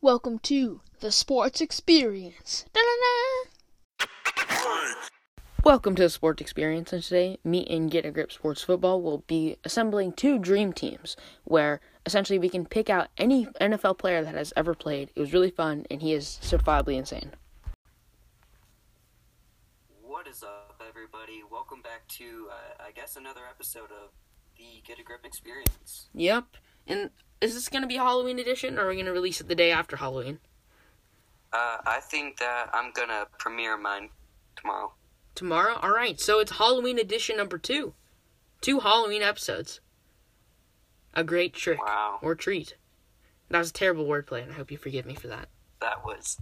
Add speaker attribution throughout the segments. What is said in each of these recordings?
Speaker 1: Welcome to the sports experience.
Speaker 2: Welcome to the Sports Experience, and today, me and Get a Grip Sports Football will be assembling two dream teams where essentially we can pick out any NFL player that has ever played. It was really fun, and he is certifiably insane.
Speaker 3: What is up, everybody? Welcome back to, uh, I guess, another episode of the Get a Grip Experience.
Speaker 2: Yep. And is this going to be Halloween edition, or are we going to release it the day after Halloween?
Speaker 3: Uh, I think that I'm gonna premiere mine tomorrow.
Speaker 2: Tomorrow? Alright, so it's Halloween edition number two. Two Halloween episodes. A great trick
Speaker 3: Wow.
Speaker 2: or treat. That was a terrible wordplay, and I hope you forgive me for that.
Speaker 3: That was,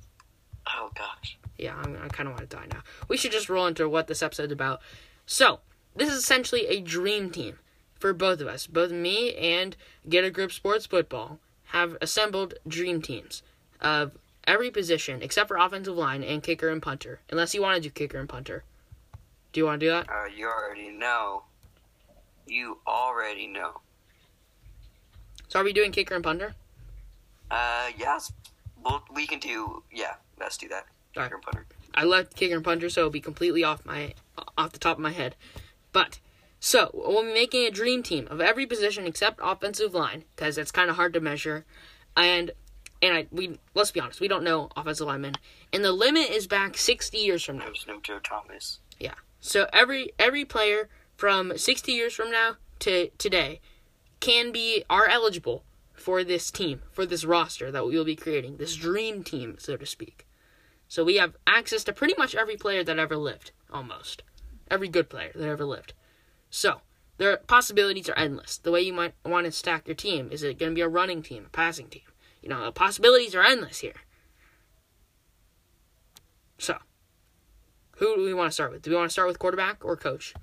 Speaker 3: oh gosh.
Speaker 2: yeah, I'm, I kind of want to die now. We should just roll into what this episode's about. So, this is essentially a dream team for both of us. Both me and Get a Grip Sports Football have assembled dream teams of every position except for offensive line and kicker and punter. Unless you want to do kicker and punter. Do you want to do that?
Speaker 3: Uh, you already know. You already know.
Speaker 2: So, are we doing kicker and punter?
Speaker 3: Uh, yes. Well, we can do. Yeah, let's do that.
Speaker 2: Alright.
Speaker 3: Your punter.
Speaker 2: I left kicker and punter, so it'll be completely off my off the top of my head. But so we'll be making a dream team of every position except offensive line, because it's kind of hard to measure. And and I we let's be honest, we don't know offensive linemen, and the limit is back sixty years from now.
Speaker 3: There's no Joe Thomas.
Speaker 2: Yeah. So every every player from 60 years from now to today can be are eligible for this team, for this roster that we will be creating, this dream team, so to speak. So we have access to pretty much every player that ever lived, almost. Every good player that ever lived. So, their possibilities are endless. The way you might want to stack your team is it going to be a running team, a passing team? You know, the possibilities are endless here. So, who do we want to start with? Do we want to start with quarterback or coach?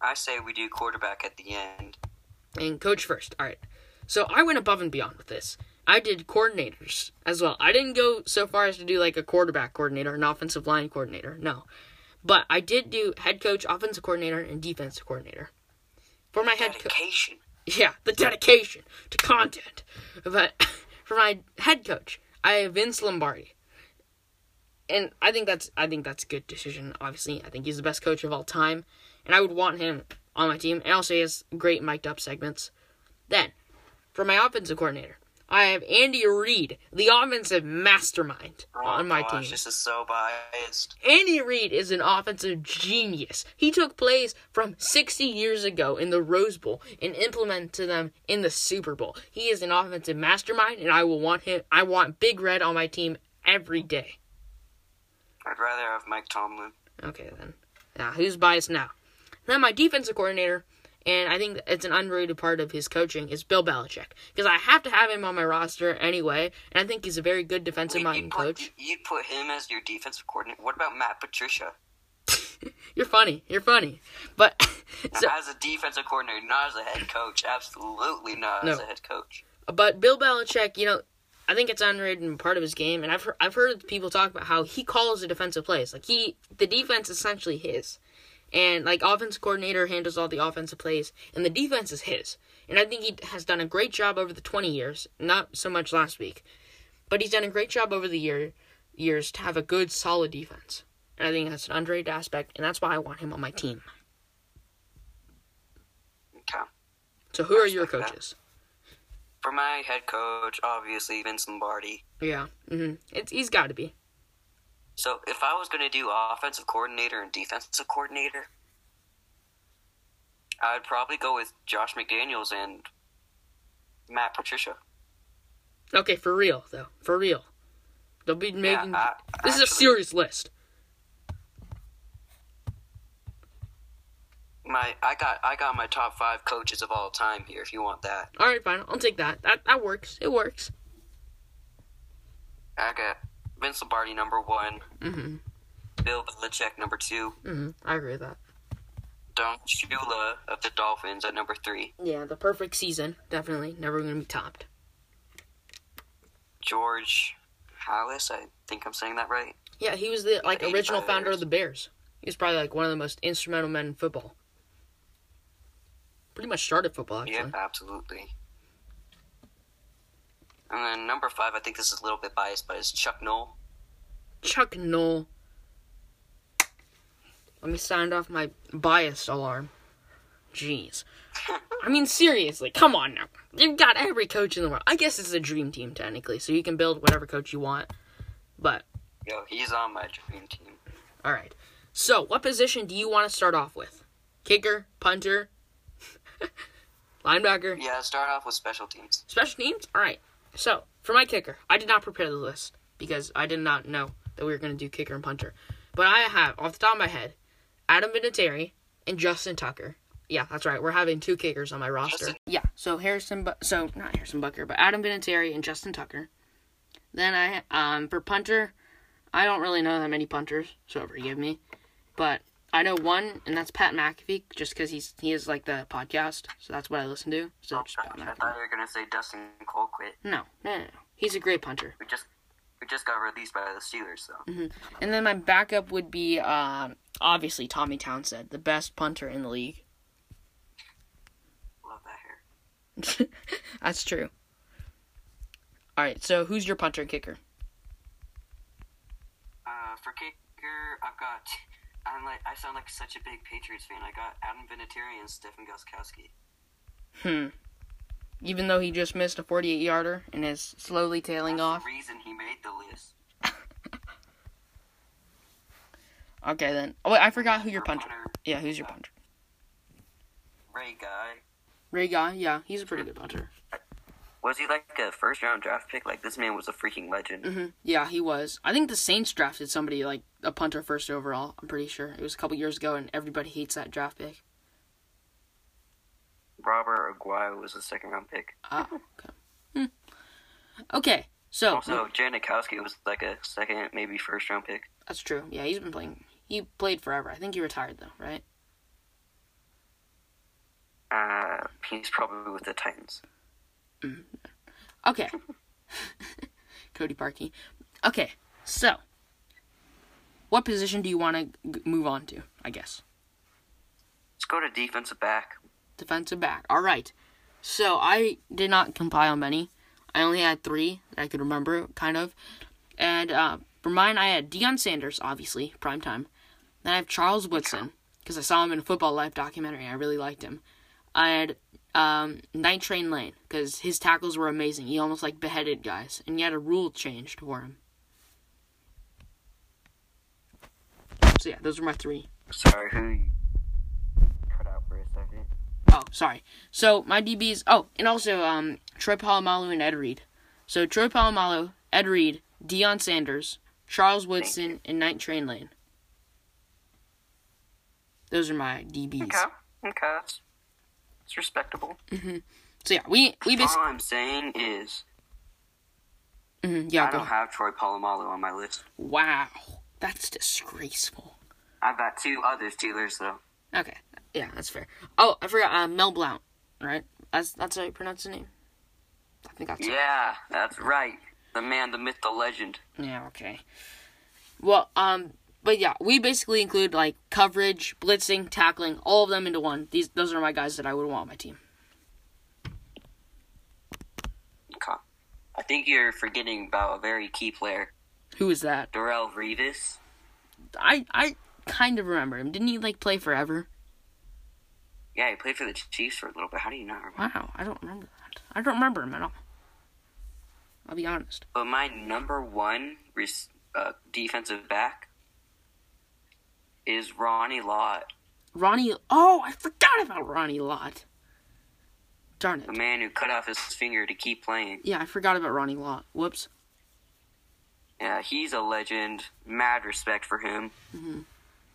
Speaker 3: I say we do quarterback at the end.
Speaker 2: and coach first. All right. So I went above and beyond with this. I did coordinators as well. I didn't go so far as to do like a quarterback coordinator, an offensive line coordinator. No. But I did do head coach, offensive coordinator, and defensive coordinator. For my head coach.
Speaker 3: Dedication.
Speaker 2: Yeah, the dedication to content. But for my head coach, I have Vince Lombardi. And I think that's I think that's a good decision, obviously. I think he's the best coach of all time. And I would want him on my team. And also he has great mic'd up segments. Then, for my offensive coordinator, I have Andy Reid, the offensive mastermind
Speaker 3: Oh,
Speaker 2: on my
Speaker 3: gosh,
Speaker 2: team.
Speaker 3: This is so biased.
Speaker 2: Andy Reid is an offensive genius. He took plays from 60 years ago in the Rose Bowl and implemented them in the Super Bowl. He is an offensive mastermind, and I will want him. I want Big Red on my team every day.
Speaker 3: I'd rather have Mike Tomlin.
Speaker 2: Okay, then. Now, who's biased now? Then my defensive coordinator, and I think it's an underrated part of his coaching, is Bill Belichick. Because I have to have him on my roster anyway, and I think he's a very good defensive
Speaker 3: Wait,
Speaker 2: minded
Speaker 3: you'd, put,
Speaker 2: coach.
Speaker 3: you'd put him as your defensive coordinator. What about Matt Patricia?
Speaker 2: You're funny. You're funny. But. so,
Speaker 3: as a defensive coordinator, not as a head coach. Absolutely not as
Speaker 2: No.
Speaker 3: a head coach.
Speaker 2: But Bill Belichick, you know, I think it's underrated and part of his game, and I've heard, I've heard people talk about how he calls the defensive plays. Like he, the defense is essentially his, and like offensive coordinator handles all the offensive plays, and the defense is his. And I think he has done a great job over the twenty years, not so much last week, but he's done a great job over the year years to have a good, solid defense. And I think that's an underrated aspect, and that's why I want him on my team.
Speaker 3: Okay.
Speaker 2: So who are your
Speaker 3: Respect that.
Speaker 2: coaches?
Speaker 3: For my head coach, obviously Vince Lombardi.
Speaker 2: Yeah, mm-hmm. it's he's got to be.
Speaker 3: So if I was going to do offensive coordinator and defensive coordinator, I'd probably go with Josh McDaniels and Matt Patricia.
Speaker 2: Okay, for real though, for real. They'll be making.
Speaker 3: I-
Speaker 2: this is a
Speaker 3: actually-
Speaker 2: serious list.
Speaker 3: My I got I got my top five coaches of all time here. If you want that,
Speaker 2: All right, fine. I'll take that. That that works. It works.
Speaker 3: I got Vince Lombardi number one,
Speaker 2: Mm-hmm.
Speaker 3: Bill Belichick number two,
Speaker 2: Mm-hmm. I agree with that.
Speaker 3: Don Shula of the Dolphins at number three,
Speaker 2: Yeah, the perfect season. Definitely never gonna be topped.
Speaker 3: George Hallis. I think I'm saying that right.
Speaker 2: Yeah, he was the like
Speaker 3: Hated
Speaker 2: original
Speaker 3: by the
Speaker 2: founder of
Speaker 3: Bears.
Speaker 2: the Bears. He was probably like one of the most instrumental men in football. Pretty much started football actually.
Speaker 3: Yep, absolutely. And then number five, I think this is a little bit biased, but it's Chuck Knoll.
Speaker 2: Chuck Knoll. Let me sound off my biased alarm. Jeez. I mean, seriously, come on now. You've got every coach in the world. I guess it's a dream team, technically, so you can build whatever coach you want. But,
Speaker 3: Yo, he's on my dream team.
Speaker 2: alright. So, what position do you want to start off with? Kicker? Punter? linebacker?
Speaker 3: Yeah, start off with special teams.
Speaker 2: Special teams? All right. So, for my kicker, I did not prepare the list because I did not know that we were going to do kicker and punter. But I have, off the top of my head, Adam Vinatieri and Justin Tucker. Yeah, that's right. We're having two kickers on my roster.
Speaker 3: Justin-
Speaker 2: Yeah. So Harrison, Bu- so not Harrison Bucker, but Adam Vinatieri and Justin Tucker. Then I, um, for punter, I don't really know that many punters, so forgive me. But I know one, and that's Pat McAfee, just because he's he is like the podcast, so that's what I listen to. So just Pat
Speaker 3: I
Speaker 2: McAfee.
Speaker 3: thought you were gonna say Dustin Colquitt.
Speaker 2: No, no, no, no. He's a great punter.
Speaker 3: We just we just got released by the Steelers, so
Speaker 2: And then my backup would be um, obviously Tommy Townsend, the best punter in the league.
Speaker 3: love that hair.
Speaker 2: That's true. All right, so who's your punter and kicker?
Speaker 3: Uh, for kicker, I've got. I'm like I sound like such a big Patriots fan. I got Adam Vinatieri and Stefan Goskowski.
Speaker 2: Hmm. Even though he just missed a 48 yarder and is slowly tailing
Speaker 3: That's
Speaker 2: off.
Speaker 3: the reason he made the list.
Speaker 2: Okay, then. Oh, wait, I forgot who your
Speaker 3: For
Speaker 2: punter. Yeah, who's your punter?
Speaker 3: Ray guy.
Speaker 2: Ray Guy. Yeah, he's a pretty good punter.
Speaker 3: Was he like a first round draft pick? Like this man was a freaking legend.
Speaker 2: hmm Yeah, he was. I think the Saints drafted somebody like a punter first overall. I'm pretty sure it was a couple years ago, and everybody hates that draft pick.
Speaker 3: Robert Aguayo was a second round pick.
Speaker 2: Ah, okay. Hmm. Okay, so
Speaker 3: Also, Janikowski was like a second, maybe first round pick.
Speaker 2: that's true. Yeah, he's been playing. He played forever. I think he retired though, right?
Speaker 3: Uh, he's probably with the Titans.
Speaker 2: Okay. Cody Parkey. Okay, so what position do you want to g- move on to? I guess
Speaker 3: Let's go to defensive back.
Speaker 2: defensive back. All right. So I did not compile many. I only had three that I could remember, kind of. And uh, for mine, I had Deion Sanders, obviously, prime time. Then I have Charles Woodson because I saw him in a Football Life documentary. and I really liked him. I had um, Night Train Lane because his tackles were amazing. He almost like beheaded guys, and he had a rule changed for him. So yeah, those were my three.
Speaker 3: Sorry, who you cut out for a second?
Speaker 2: Oh, sorry. So my DBs. Oh, and also um Troy Polamalu and Ed Reed. So Troy Polamalu, Ed Reed, Deion Sanders, Charles Woodson, and Night Train Lane. Those are my DBs.
Speaker 3: Okay, okay, it's, it's respectable.
Speaker 2: So yeah, we we
Speaker 3: All
Speaker 2: basically
Speaker 3: I'm saying is
Speaker 2: yeah.
Speaker 3: Uh-huh. I
Speaker 2: mm-hmm, Go
Speaker 3: don't
Speaker 2: ahead.
Speaker 3: have Troy Polamalu on my list.
Speaker 2: Wow, that's disgraceful.
Speaker 3: I've got two other Steelers though.
Speaker 2: Okay, yeah, that's fair. Oh, I forgot uh, Mel Blount. Right, that's that's how you pronounce the name. I think that's
Speaker 3: Yeah, that's right. The man, the myth, the legend.
Speaker 2: Yeah, okay. Well, um, but yeah, we basically include like coverage, blitzing, tackling, all of them into one. These those are my guys that I would want on my team.
Speaker 3: Okay. I think you're forgetting about a very key player,
Speaker 2: Who is that?
Speaker 3: Darrell Revis.
Speaker 2: I I kind of remember him. Didn't he like play forever?
Speaker 3: Yeah, he played for the Chiefs for a little bit. How do you not remember?
Speaker 2: Wow, I don't remember that. I don't remember him at all. I'll be honest.
Speaker 3: But my number one rec- uh, defensive back is Ronnie Lott,
Speaker 2: Ronnie. Oh, I forgot about Ronnie Lott. Darn
Speaker 3: the
Speaker 2: it.
Speaker 3: man who cut off his finger to keep playing.
Speaker 2: Yeah, I forgot about Ronnie Lott. Whoops.
Speaker 3: Yeah, Uh, he's a legend. Mad respect for him.
Speaker 2: Mhm.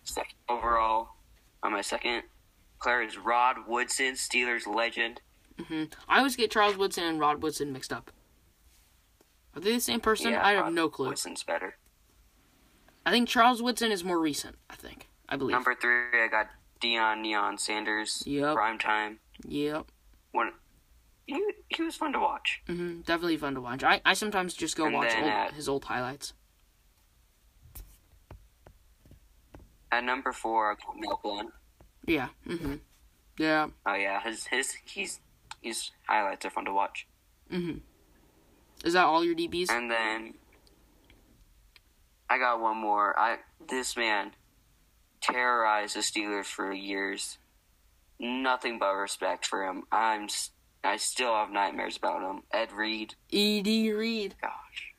Speaker 3: Second overall, on my second player is Rod Woodson, Steelers legend.
Speaker 2: hmm I always get Charles Woodson and Rod Woodson mixed up. Are they the same person?
Speaker 3: yeah,
Speaker 2: I have
Speaker 3: Rod
Speaker 2: no clue.
Speaker 3: Woodson's better.
Speaker 2: I think Charles Woodson is more recent. I think. I believe.
Speaker 3: Number three, I got Dion Neon Sanders.
Speaker 2: Yep.
Speaker 3: Prime time.
Speaker 2: Yep.
Speaker 3: One. He, he was fun to watch.
Speaker 2: hmm Definitely fun to watch. I, I sometimes just go
Speaker 3: And
Speaker 2: watch
Speaker 3: then,
Speaker 2: old,
Speaker 3: uh,
Speaker 2: his old highlights.
Speaker 3: At number four, I got Mel Blount.
Speaker 2: Yeah. hmm Yeah.
Speaker 3: Oh yeah, his his he's his highlights are fun to watch.
Speaker 2: hmm Is that all your DBs?
Speaker 3: And then I got one more. I this man terrorized the Steelers for years. Nothing but respect for him. I'm s- I still have nightmares about him. Ed Reed.
Speaker 2: Ed E Reed.
Speaker 3: Gosh.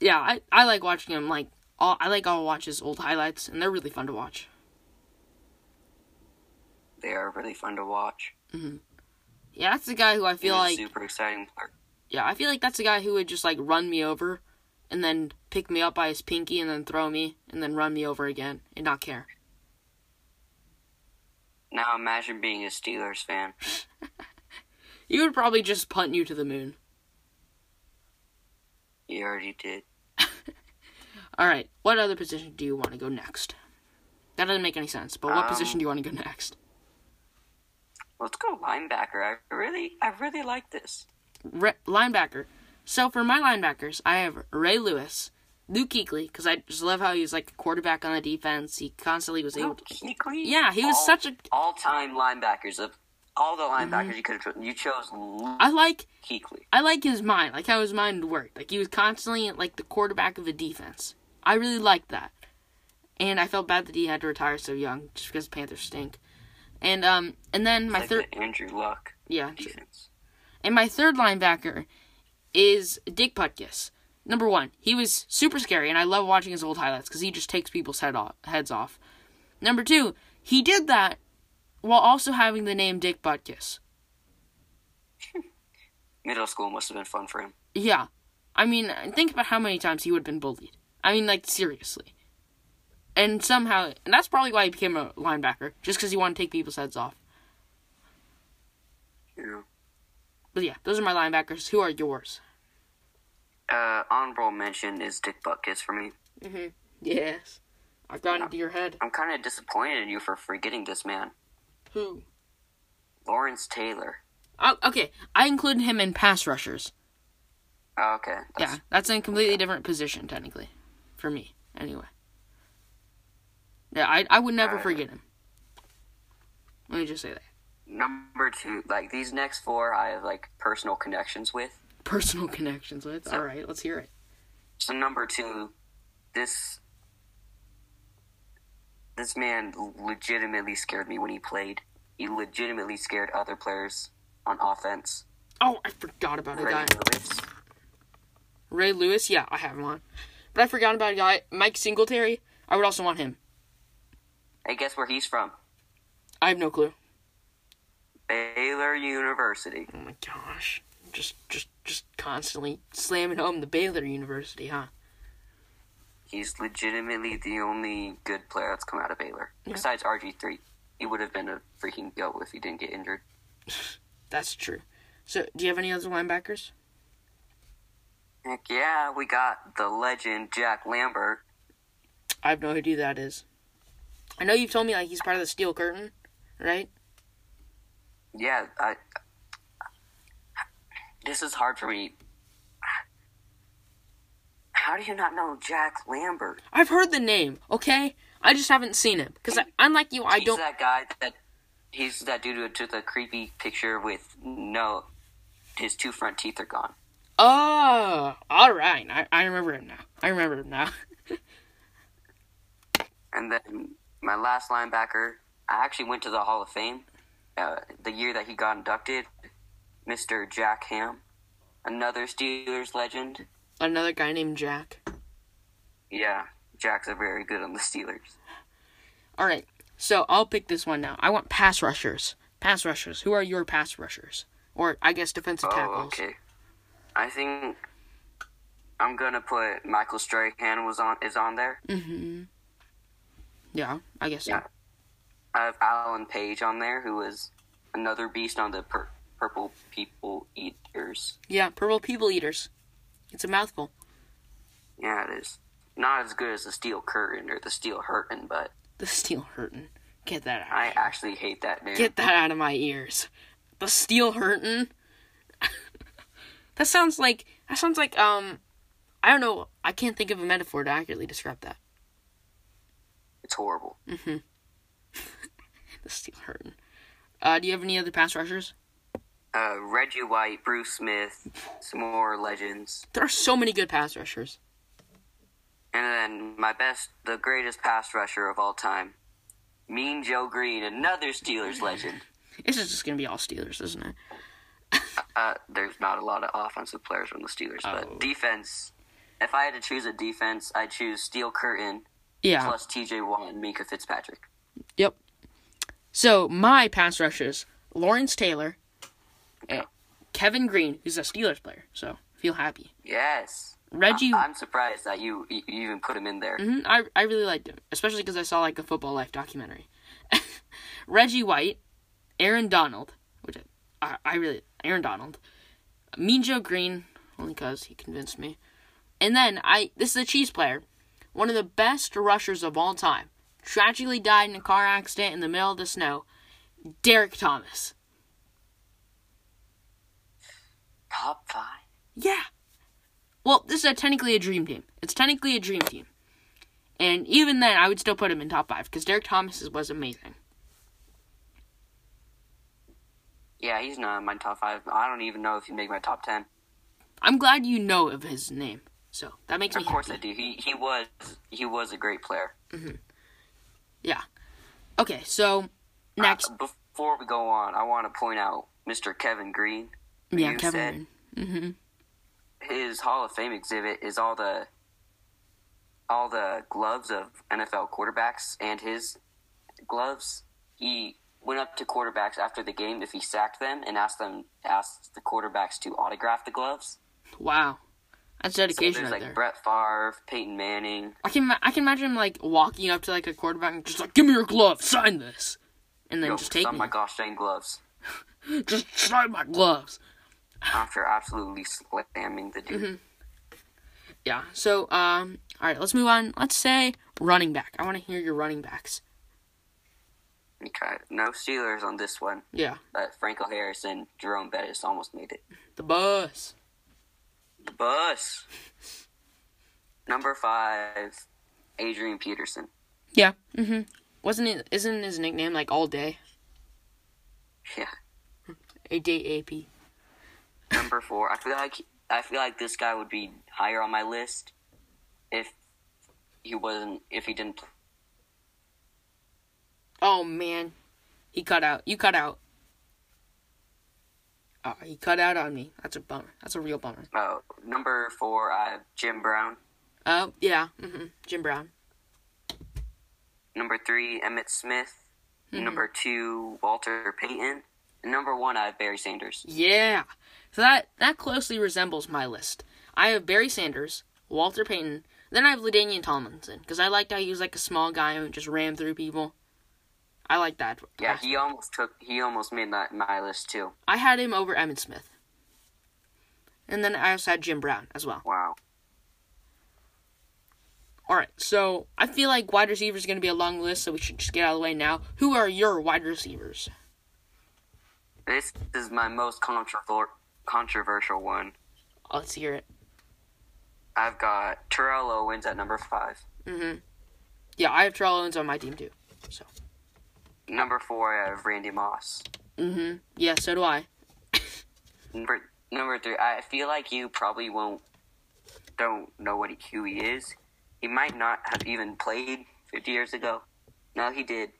Speaker 2: Yeah, I, I like watching him. Like all, I like all watch his old highlights, and they're really fun to watch.
Speaker 3: They are really fun to watch.
Speaker 2: Yeah, that's the guy who I
Speaker 3: He
Speaker 2: feel
Speaker 3: was a
Speaker 2: like.
Speaker 3: super exciting player.
Speaker 2: Yeah, I feel like that's the guy who would just like run me over, and then pick me up by his pinky, and then throw me, and then run me over again, and not care.
Speaker 3: Now imagine being a Steelers fan.
Speaker 2: He would probably just punt you to the moon.
Speaker 3: You already did.
Speaker 2: All right, what other position do you want to go next? That doesn't make any sense. But what
Speaker 3: Um,
Speaker 2: position do you want to go next?
Speaker 3: Let's go linebacker. I really I really like this.
Speaker 2: Re- linebacker. So for my linebackers, I have Ray Lewis, Luke Kuechly, because I just love how he was like a quarterback on the defense. He constantly was able.
Speaker 3: Luke
Speaker 2: To-
Speaker 3: Kuechly?
Speaker 2: yeah, he was
Speaker 3: All-
Speaker 2: such a. Mm-hmm.
Speaker 3: all-time linebackers of all the linebackers you could have chosen. You chose Luke
Speaker 2: I like
Speaker 3: Kuechly.
Speaker 2: I like his mind, like how his mind worked. Like he was constantly like the quarterback of a defense. I really liked that, and I felt bad that he had to retire so young just because the Panthers stink. And um, and then my
Speaker 3: like
Speaker 2: third,
Speaker 3: the Andrew Luck
Speaker 2: yeah,
Speaker 3: defense.
Speaker 2: And my third linebacker is Dick Butkus. Number one, he was super scary, and I love watching his old highlights because he just takes people's head off, heads off. Number two, he did that while also having the name Dick Butkus.
Speaker 3: Middle school must have been fun for him.
Speaker 2: Yeah, I mean, think about how many times he would have been bullied. I mean, like seriously. And somehow, and that's probably why he became a linebacker, just because he wanted to take people's heads off.
Speaker 3: You know.
Speaker 2: But yeah, those are my linebackers. Who are yours?
Speaker 3: Uh, honorable mention is Dick Butkus for me.
Speaker 2: Yes, I've gotten to your head.
Speaker 3: I'm kind of disappointed in you for forgetting this man,
Speaker 2: Who?
Speaker 3: Lawrence Taylor.
Speaker 2: Oh, okay, I included him in pass rushers.
Speaker 3: Oh, okay, that's,
Speaker 2: Yeah, that's in a completely different position technically, for me anyway. Yeah, I I would never
Speaker 3: Alright.
Speaker 2: forget him. Let me just say that
Speaker 3: number two. Like these next four, I have like personal connections with.
Speaker 2: personal connections with. All right, let's hear it.
Speaker 3: So number two, this this man legitimately scared me when he played. He legitimately scared other players on offense.
Speaker 2: Oh, I forgot about a
Speaker 3: Ray
Speaker 2: guy,
Speaker 3: Lewis.
Speaker 2: Ray Lewis. Yeah, I have him on, but I forgot about a guy, Mike Singletary. I would also want him.
Speaker 3: Hey, guess where he's from?
Speaker 2: I have no clue.
Speaker 3: Baylor University.
Speaker 2: Oh my gosh, just just just constantly slamming home the Baylor University, huh?
Speaker 3: He's legitimately the only good player that's come out of Baylor. Besides RG3. He would have been a freaking goat if he didn't get injured.
Speaker 2: That's true. So, do you have any other linebackers?
Speaker 3: Heck yeah, we got the legend Jack Lambert.
Speaker 2: I have no idea who that is. I know you've told me like he's part of the Steel Curtain, right?
Speaker 3: yeah, I. This is hard for me. How do you not know Jack Lambert?
Speaker 2: I've heard the name, okay? I just haven't seen him because unlike you, I
Speaker 3: he's
Speaker 2: don't.
Speaker 3: that guy that he's that dude who took the creepy picture with no, his two front teeth are gone.
Speaker 2: Oh, all right. I, I remember him now. I remember him now.
Speaker 3: And then my last linebacker, I actually went to the Hall of Fame, uh, the year that he got inducted, Mister Jack Ham, another Steelers legend.
Speaker 2: Another guy named Jack.
Speaker 3: Yeah, Jack's are very good on the Steelers.
Speaker 2: All right. So I'll pick this one now. I want pass rushers. Pass rushers. Who are your pass rushers? Or I guess defensive tackles.
Speaker 3: Oh, okay. I think I'm gonna put Michael Strahan was on is on there.
Speaker 2: Mm-hmm. Yeah, I guess. so.
Speaker 3: Yeah. I have Alan Page on there, who is another beast on the pur- Purple People Eaters.
Speaker 2: Yeah, purple people eaters. It's a mouthful.
Speaker 3: Yeah, it is not as good as the Steel Curtain or the Steel Hurtin, but
Speaker 2: The steel hurtin'. Get that out.
Speaker 3: I actually hate that name.
Speaker 2: Get that out of my ears. The steel hurtin'. that sounds like that sounds like um I don't know, I can't think of a metaphor to accurately describe that.
Speaker 3: It's horrible.
Speaker 2: The steel hurtin'. Uh do you have any other pass rushers?
Speaker 3: uh, Reggie White, Bruce Smith, some more legends,
Speaker 2: There are so many good pass rushers.
Speaker 3: and then my best, the greatest pass rusher of all time, Mean Joe Green, another Steelers legend.
Speaker 2: This is just gonna be all Steelers, isn't it?
Speaker 3: Uh, there's not a lot of offensive players from the Steelers,
Speaker 2: Oh.
Speaker 3: but defense. If I had to choose a defense, I would choose Steel Curtain
Speaker 2: Yeah.
Speaker 3: plus T.J. Watt and Mika Fitzpatrick.
Speaker 2: Yep. So my pass rushers: Lawrence Taylor, eh, Kevin Green, who's a Steelers player, so feel happy.
Speaker 3: Yes,
Speaker 2: Reggie,
Speaker 3: I- am surprised that you, you even put him in there.
Speaker 2: Mhm, I I really liked him, especially because I saw like a Football Life documentary. Reggie White, Aaron Donald, which I I really Aaron Donald, Mean Joe Green, only because he convinced me, and then I this is a Chiefs player, one of the best rushers of all time, tragically died in a car accident in the middle of the snow, Derek Thomas.
Speaker 3: Top five.
Speaker 2: Yeah. Well, this is a, technically a dream team. It's technically a dream team. And even then, I would still put him in top five because Derek Thomas is- was amazing.
Speaker 3: Yeah, he's not in my top five. I don't even know if he'd make my top ten.
Speaker 2: I'm glad you know of his name, so that makes
Speaker 3: Of
Speaker 2: me
Speaker 3: course I
Speaker 2: happy.
Speaker 3: do. He he was he was a great player.
Speaker 2: Yeah. Okay, so next,
Speaker 3: Uh, before we go on, I want to point out Mr. Kevin Green. who
Speaker 2: yeah,
Speaker 3: you
Speaker 2: Kevin.
Speaker 3: said His Hall of Fame exhibit is all the all the gloves of NFL quarterbacks and his gloves. He went up to quarterbacks after the game if he sacked them and asked them asked the quarterbacks to autograph the gloves.
Speaker 2: Wow, that's
Speaker 3: So
Speaker 2: dedication
Speaker 3: there's
Speaker 2: right
Speaker 3: like
Speaker 2: there.
Speaker 3: Brett Favre, Peyton Manning,
Speaker 2: I can ma- I can imagine him like walking up to like a quarterback and just like, give me your glove, sign this, and then
Speaker 3: Yo,
Speaker 2: just take
Speaker 3: oh
Speaker 2: me,
Speaker 3: my gosh, dang gloves.
Speaker 2: just sign my gloves.
Speaker 3: after absolutely slamming the dude.
Speaker 2: Yeah. So, um, all right, let's move on. Let's say running back. I want to hear your running backs.
Speaker 3: Okay, no Steelers on this one,
Speaker 2: Yeah.
Speaker 3: but Franco Harrison, Jerome Bettis almost made it.
Speaker 2: The bus.
Speaker 3: The bus. Number five, Adrian Peterson.
Speaker 2: Yeah. Mm-hmm. Wasn't it? Isn't his nickname like all day?
Speaker 3: Yeah.
Speaker 2: A day AP.
Speaker 3: Number four, I feel like I feel like this guy would be higher on my list if he wasn't if he didn't. Play.
Speaker 2: Oh man, he cut out. You cut out. Oh, he cut out on me. That's a bummer. That's a real bummer.
Speaker 3: Oh, number four, uh, Jim Brown.
Speaker 2: Oh yeah. Mm-hmm. Jim Brown.
Speaker 3: Number three, Emmett Smith. Number two, Walter Payton. And number one, I have Barry Sanders.
Speaker 2: Yeah. So that that closely resembles my list. I have Barry Sanders, Walter Payton, then I have Ladainian Tomlinson because I liked how he was like a small guy who just ran through people. I like that.
Speaker 3: Yeah, he almost took. He almost made that my list too.
Speaker 2: I had him over Emmett Smith. And then I also had Jim Brown as well.
Speaker 3: Wow.
Speaker 2: All right, so I feel like wide receivers is going to be a long list, so we should just get out of the way now. Who are your wide receivers?
Speaker 3: This is my most controver- controversial one.
Speaker 2: Oh, Let's hear it.
Speaker 3: I've got Terrell Owens at number five.
Speaker 2: Mm-hmm. Yeah, I have Terrell Owens on my team too. So,
Speaker 3: Number four, I have Randy Moss.
Speaker 2: mm-hmm. yeah, so do I.
Speaker 3: Number number three, I feel like you probably won't don't know what he, who he is. He might not have even played 50 years ago. No, he did.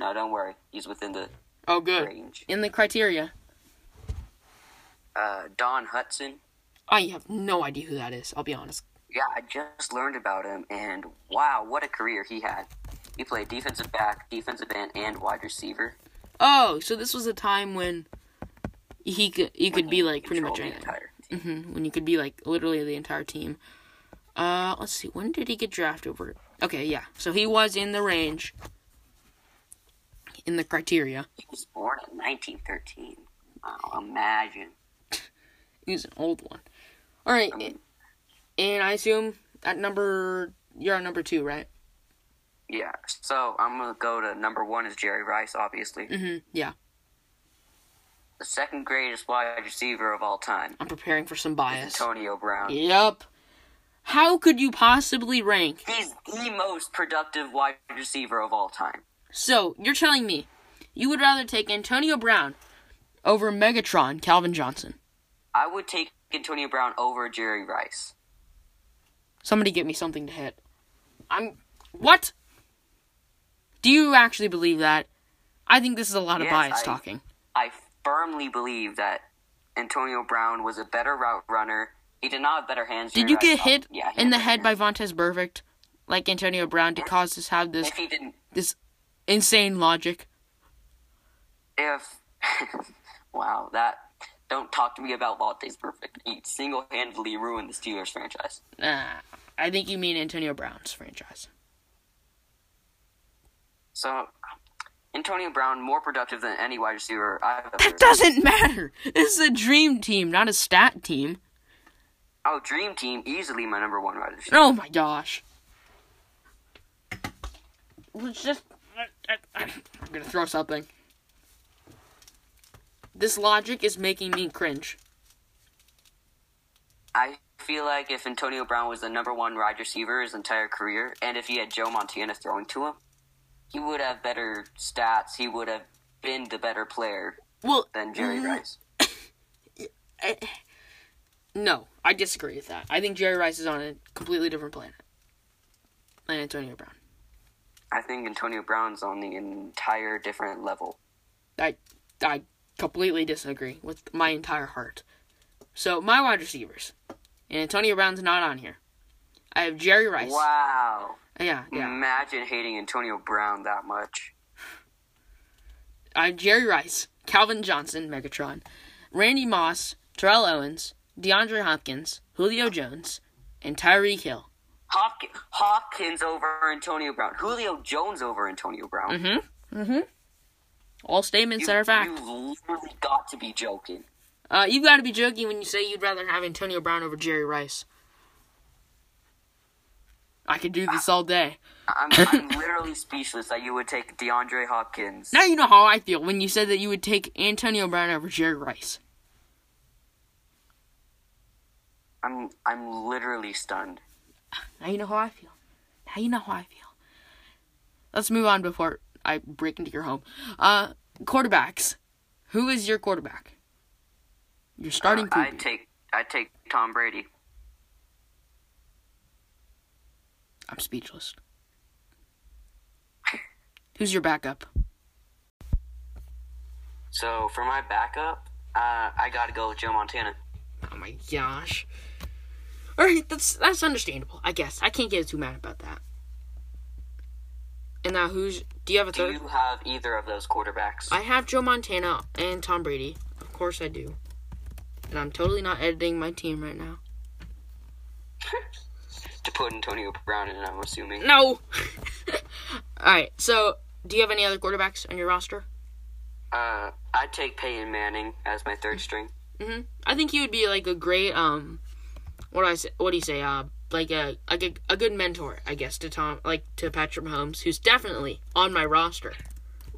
Speaker 3: No, don't worry. He's within the
Speaker 2: Oh, good.
Speaker 3: range.
Speaker 2: In the criteria,
Speaker 3: Uh, Don Hudson.
Speaker 2: I have no idea who that is. I'll be honest.
Speaker 3: Yeah, I just learned about him, and wow, what a career he had. He played defensive back, defensive end, and wide receiver.
Speaker 2: Oh, so this was a time when he could you could be like pretty much
Speaker 3: Controlled the
Speaker 2: anything.
Speaker 3: entire team.
Speaker 2: hmm When you could be like literally the entire team. Uh, let's see. When did he get drafted? We're- Okay, yeah. So he was in the range. In the criteria,
Speaker 3: He was born in 1913. Wow, imagine.
Speaker 2: he was an old one. All right, a- and I assume at number you're at number two, right?
Speaker 3: Yeah, so I'm going to go to number one is Jerry Rice, obviously.
Speaker 2: Mm-hmm. Yeah,
Speaker 3: The second greatest wide receiver of all time,
Speaker 2: I'm preparing for some bias.
Speaker 3: Antonio Brown.
Speaker 2: Yep. How could you possibly rank
Speaker 3: He's the most productive wide receiver of all time.
Speaker 2: So you're telling me you would rather take Antonio Brown over Megatron Calvin Johnson.
Speaker 3: I would take Antonio Brown over Jerry Rice.
Speaker 2: Somebody get me something to hit. I'm what? Do you actually believe that? I think this is a lot of
Speaker 3: Yes,
Speaker 2: bias
Speaker 3: I-
Speaker 2: talking.
Speaker 3: I firmly believe that Antonio Brown was a better route runner. He did not have better hands.
Speaker 2: Did
Speaker 3: Jerry
Speaker 2: you
Speaker 3: Rice
Speaker 2: get
Speaker 3: does.
Speaker 2: hit
Speaker 3: Yeah, he
Speaker 2: in the
Speaker 3: had
Speaker 2: head
Speaker 3: better
Speaker 2: by Vontez Perfect, like Antonio Brown, to cause us to have this
Speaker 3: hands. If he didn't,
Speaker 2: this insane logic?
Speaker 3: if wow, that don't talk to me about Vontae's perfect. He single-handedly ruined the Steelers franchise.
Speaker 2: Nah, I think you mean Antonio Brown's franchise.
Speaker 3: So Antonio Brown more productive than any wide receiver I've ever.
Speaker 2: That doesn't matter. This is a dream team, not a stat team.
Speaker 3: Oh, dream team easily my number one wide receiver.
Speaker 2: Oh my gosh. Let's just. I'm gonna throw something. This logic is making me cringe.
Speaker 3: I feel like if Antonio Brown was the number one wide receiver his entire career, and if he had Joe Montana throwing to him, he would have better stats. He would have been the better player
Speaker 2: Well, mm-hmm.
Speaker 3: than Jerry Rice.
Speaker 2: no, I disagree with that. I think Jerry Rice is on a completely different planet than Antonio Brown.
Speaker 3: I think Antonio Brown's on the entire different level.
Speaker 2: I I completely disagree with my entire heart. So my wide receivers, and Antonio Brown's not on here. I have Jerry Rice.
Speaker 3: Wow.
Speaker 2: Yeah, yeah.
Speaker 3: Imagine hating Antonio Brown that much.
Speaker 2: I have uh, Jerry Rice, Calvin Johnson, Megatron, Randy Moss, Terrell Owens, DeAndre Hopkins, Julio Jones, and Tyreek Hill.
Speaker 3: Hopkins, Hopkins over Antonio Brown. Julio Jones over Antonio Brown.
Speaker 2: All statements
Speaker 3: You,
Speaker 2: that are Mm-hmm. fact.
Speaker 3: you literally got to be joking.
Speaker 2: uh, you've got to be joking when you say you'd rather have Antonio Brown over Jerry Rice. I could do this all day.
Speaker 3: I'm, I'm literally speechless that you would take DeAndre Hopkins.
Speaker 2: Now you know how I feel when you said that you would take Antonio Brown over Jerry Rice.
Speaker 3: I'm I'm literally stunned.
Speaker 2: Now you know how I feel. Now you know how I feel. Let's move on before I break into your home. Uh, quarterbacks. Who is your quarterback? You're starting
Speaker 3: Uh, I
Speaker 2: QB.
Speaker 3: take I take Tom Brady.
Speaker 2: I'm speechless. Who's your backup?
Speaker 3: So for my backup, uh, I gotta go with Joe Montana.
Speaker 2: Oh my gosh. All right, that's that's understandable. I guess I can't get too mad about that. And now, who's? Do you have a
Speaker 3: Do
Speaker 2: third?
Speaker 3: you have either of those quarterbacks?
Speaker 2: I have Joe Montana and Tom Brady. Of course I do. And I'm totally not editing my team right now.
Speaker 3: to put Antonio Brown in, I'm assuming.
Speaker 2: No. All right. So, do you have any other quarterbacks on your roster?
Speaker 3: Uh, I take Peyton Manning as my third string.
Speaker 2: hmm I think he would be like a great um, what do I say? What do you say? Uh, like a like a, a good mentor, I guess, to Tom, like to Patrick Mahomes, who's definitely on my roster.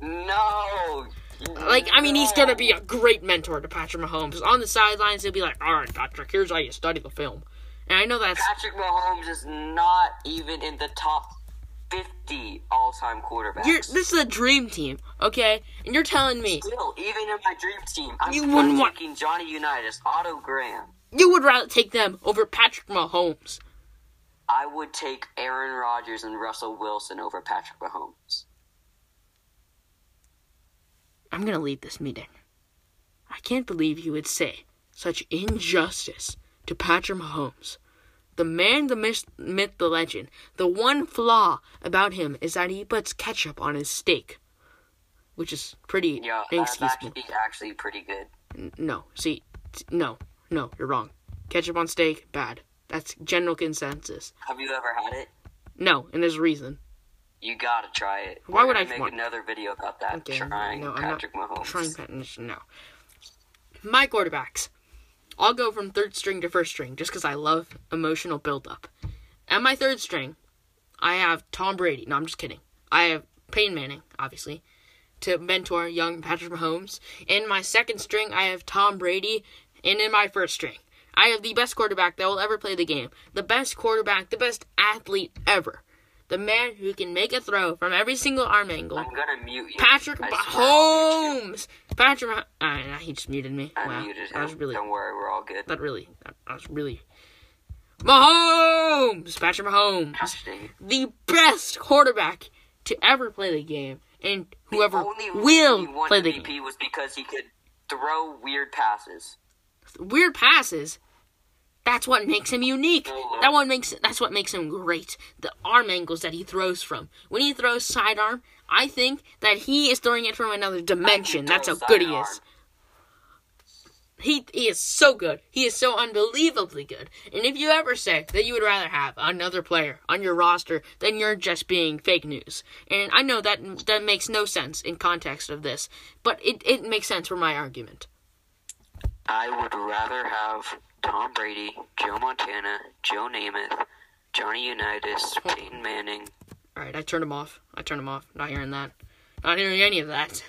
Speaker 3: No.
Speaker 2: Like, I mean, he's gonna be a great mentor to Patrick Mahomes. On the sidelines, he'll be like, "All right, Patrick, here's how you study the film." And I know that's
Speaker 3: Patrick Mahomes is not even in the top 50 all-time quarterbacks.
Speaker 2: You're, this is a dream team, okay? And you're telling me
Speaker 3: Still, even in my dream team, I'm,
Speaker 2: You
Speaker 3: I'm
Speaker 2: wouldn't want-
Speaker 3: taking Johnny Unitas, Otto Graham.
Speaker 2: you would rather take them over Patrick Mahomes.
Speaker 3: I would take Aaron Rodgers and Russell Wilson over Patrick Mahomes.
Speaker 2: I'm gonna leave this meeting. I can't believe you would say such injustice to Patrick Mahomes. The man, the myth, myth, the legend. The one flaw about him is that he puts ketchup on his steak, which is pretty
Speaker 3: Yeah, that's
Speaker 2: inexcusable.
Speaker 3: actually, actually pretty good.
Speaker 2: No, see, t- no, no, you're wrong. Ketchup on steak, bad. That's general consensus.
Speaker 3: Have you ever had it?
Speaker 2: No, and there's a reason.
Speaker 3: You gotta try it.
Speaker 2: Why
Speaker 3: We're
Speaker 2: would
Speaker 3: gonna
Speaker 2: I
Speaker 3: make
Speaker 2: want-
Speaker 3: another video about that?
Speaker 2: Okay,
Speaker 3: Trying
Speaker 2: no, I'm not
Speaker 3: Patrick Mahomes.
Speaker 2: Trying patents, no. My quarterbacks. I'll go from third string to first string just because I love emotional buildup. At my third string, I have Tom Brady. No, I'm just kidding. I have Peyton Manning, obviously, to mentor young Patrick Mahomes. In my second string, I have Tom Brady. And in my first string, I have the best quarterback that will ever play the game. The best quarterback, the best athlete ever. the man who can make a throw from every single arm angle.
Speaker 3: I'm gonna mute you.
Speaker 2: Patrick
Speaker 3: I swear I'll mute you.
Speaker 2: Mahomes. Patrick. Mah- Ah, nah, he just muted me.
Speaker 3: I
Speaker 2: wow,
Speaker 3: muted
Speaker 2: that was
Speaker 3: him.
Speaker 2: really.
Speaker 3: Don't worry, we're all good.
Speaker 2: That really. That, that was really. Mahomes. Patrick Mahomes,
Speaker 3: Interesting.
Speaker 2: the best quarterback to ever play the game, and whoever
Speaker 3: the only reason
Speaker 2: will
Speaker 3: he won
Speaker 2: play the
Speaker 3: MVP
Speaker 2: game.
Speaker 3: was because he could throw weird passes.
Speaker 2: Weird passes. That's what makes him unique. That what makes that's what makes him great. The arm angles that he throws from. When he throws sidearm, I think that he is throwing it from another dimension. That's how
Speaker 3: Throw
Speaker 2: good he
Speaker 3: sidearm.
Speaker 2: is. He he is so good. He is so unbelievably good. And if you ever say that you would rather have another player on your roster, then you're just being fake news. And I know that that makes no sense in context of this, but it, it makes sense for my argument.
Speaker 3: I would rather have Tom Brady, Joe Montana, Joe Namath, Johnny Unitas, Peyton Manning.
Speaker 2: All right, I turned him off. I turned him off. Not hearing that. Not hearing any of that.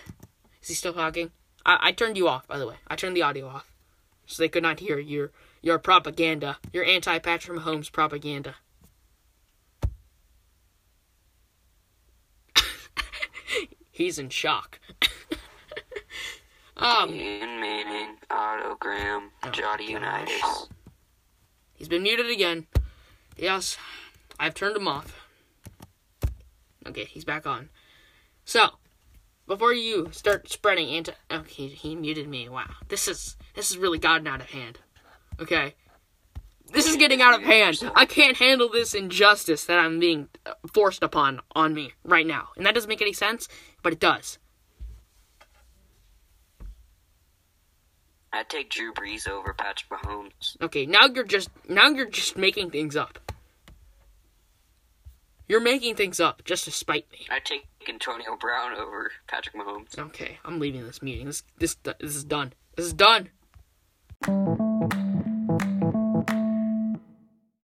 Speaker 2: Is he still talking? I, I turned you off, by the way. I turned the audio off, so they could not hear your your propaganda, your anti-Patrick Mahomes propaganda. He's in shock. um,
Speaker 3: Peyton Manning, Otto Graham,
Speaker 2: Oh,
Speaker 3: Johnny Unitas.
Speaker 2: he's been muted again. Yes, I've turned him off. Okay, he's back on. So, before you start spreading anti, okay, he muted me. Wow, this is this is really gotten out of hand. Okay, this is getting out of hand. I can't handle this injustice that I'm being uh, forced upon on me right now, and that doesn't make any sense, but it does.
Speaker 3: I'd take Drew Brees over Patrick Mahomes.
Speaker 2: Okay, now you're just now you're just making things up. You're making things up just to spite me.
Speaker 3: I'd take Antonio Brown over Patrick Mahomes.
Speaker 2: Okay, I'm leaving this meeting. This this this is done. This is done.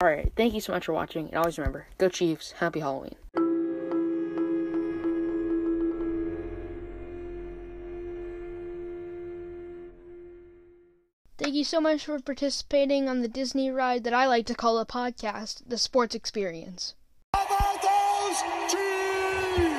Speaker 2: All right. Thank you so much for watching. And always remember, go Chiefs. Happy Halloween.
Speaker 1: Thank you so much for participating on the Disney ride that I like to call a podcast, the sports experience.
Speaker 4: How about those Chiefs?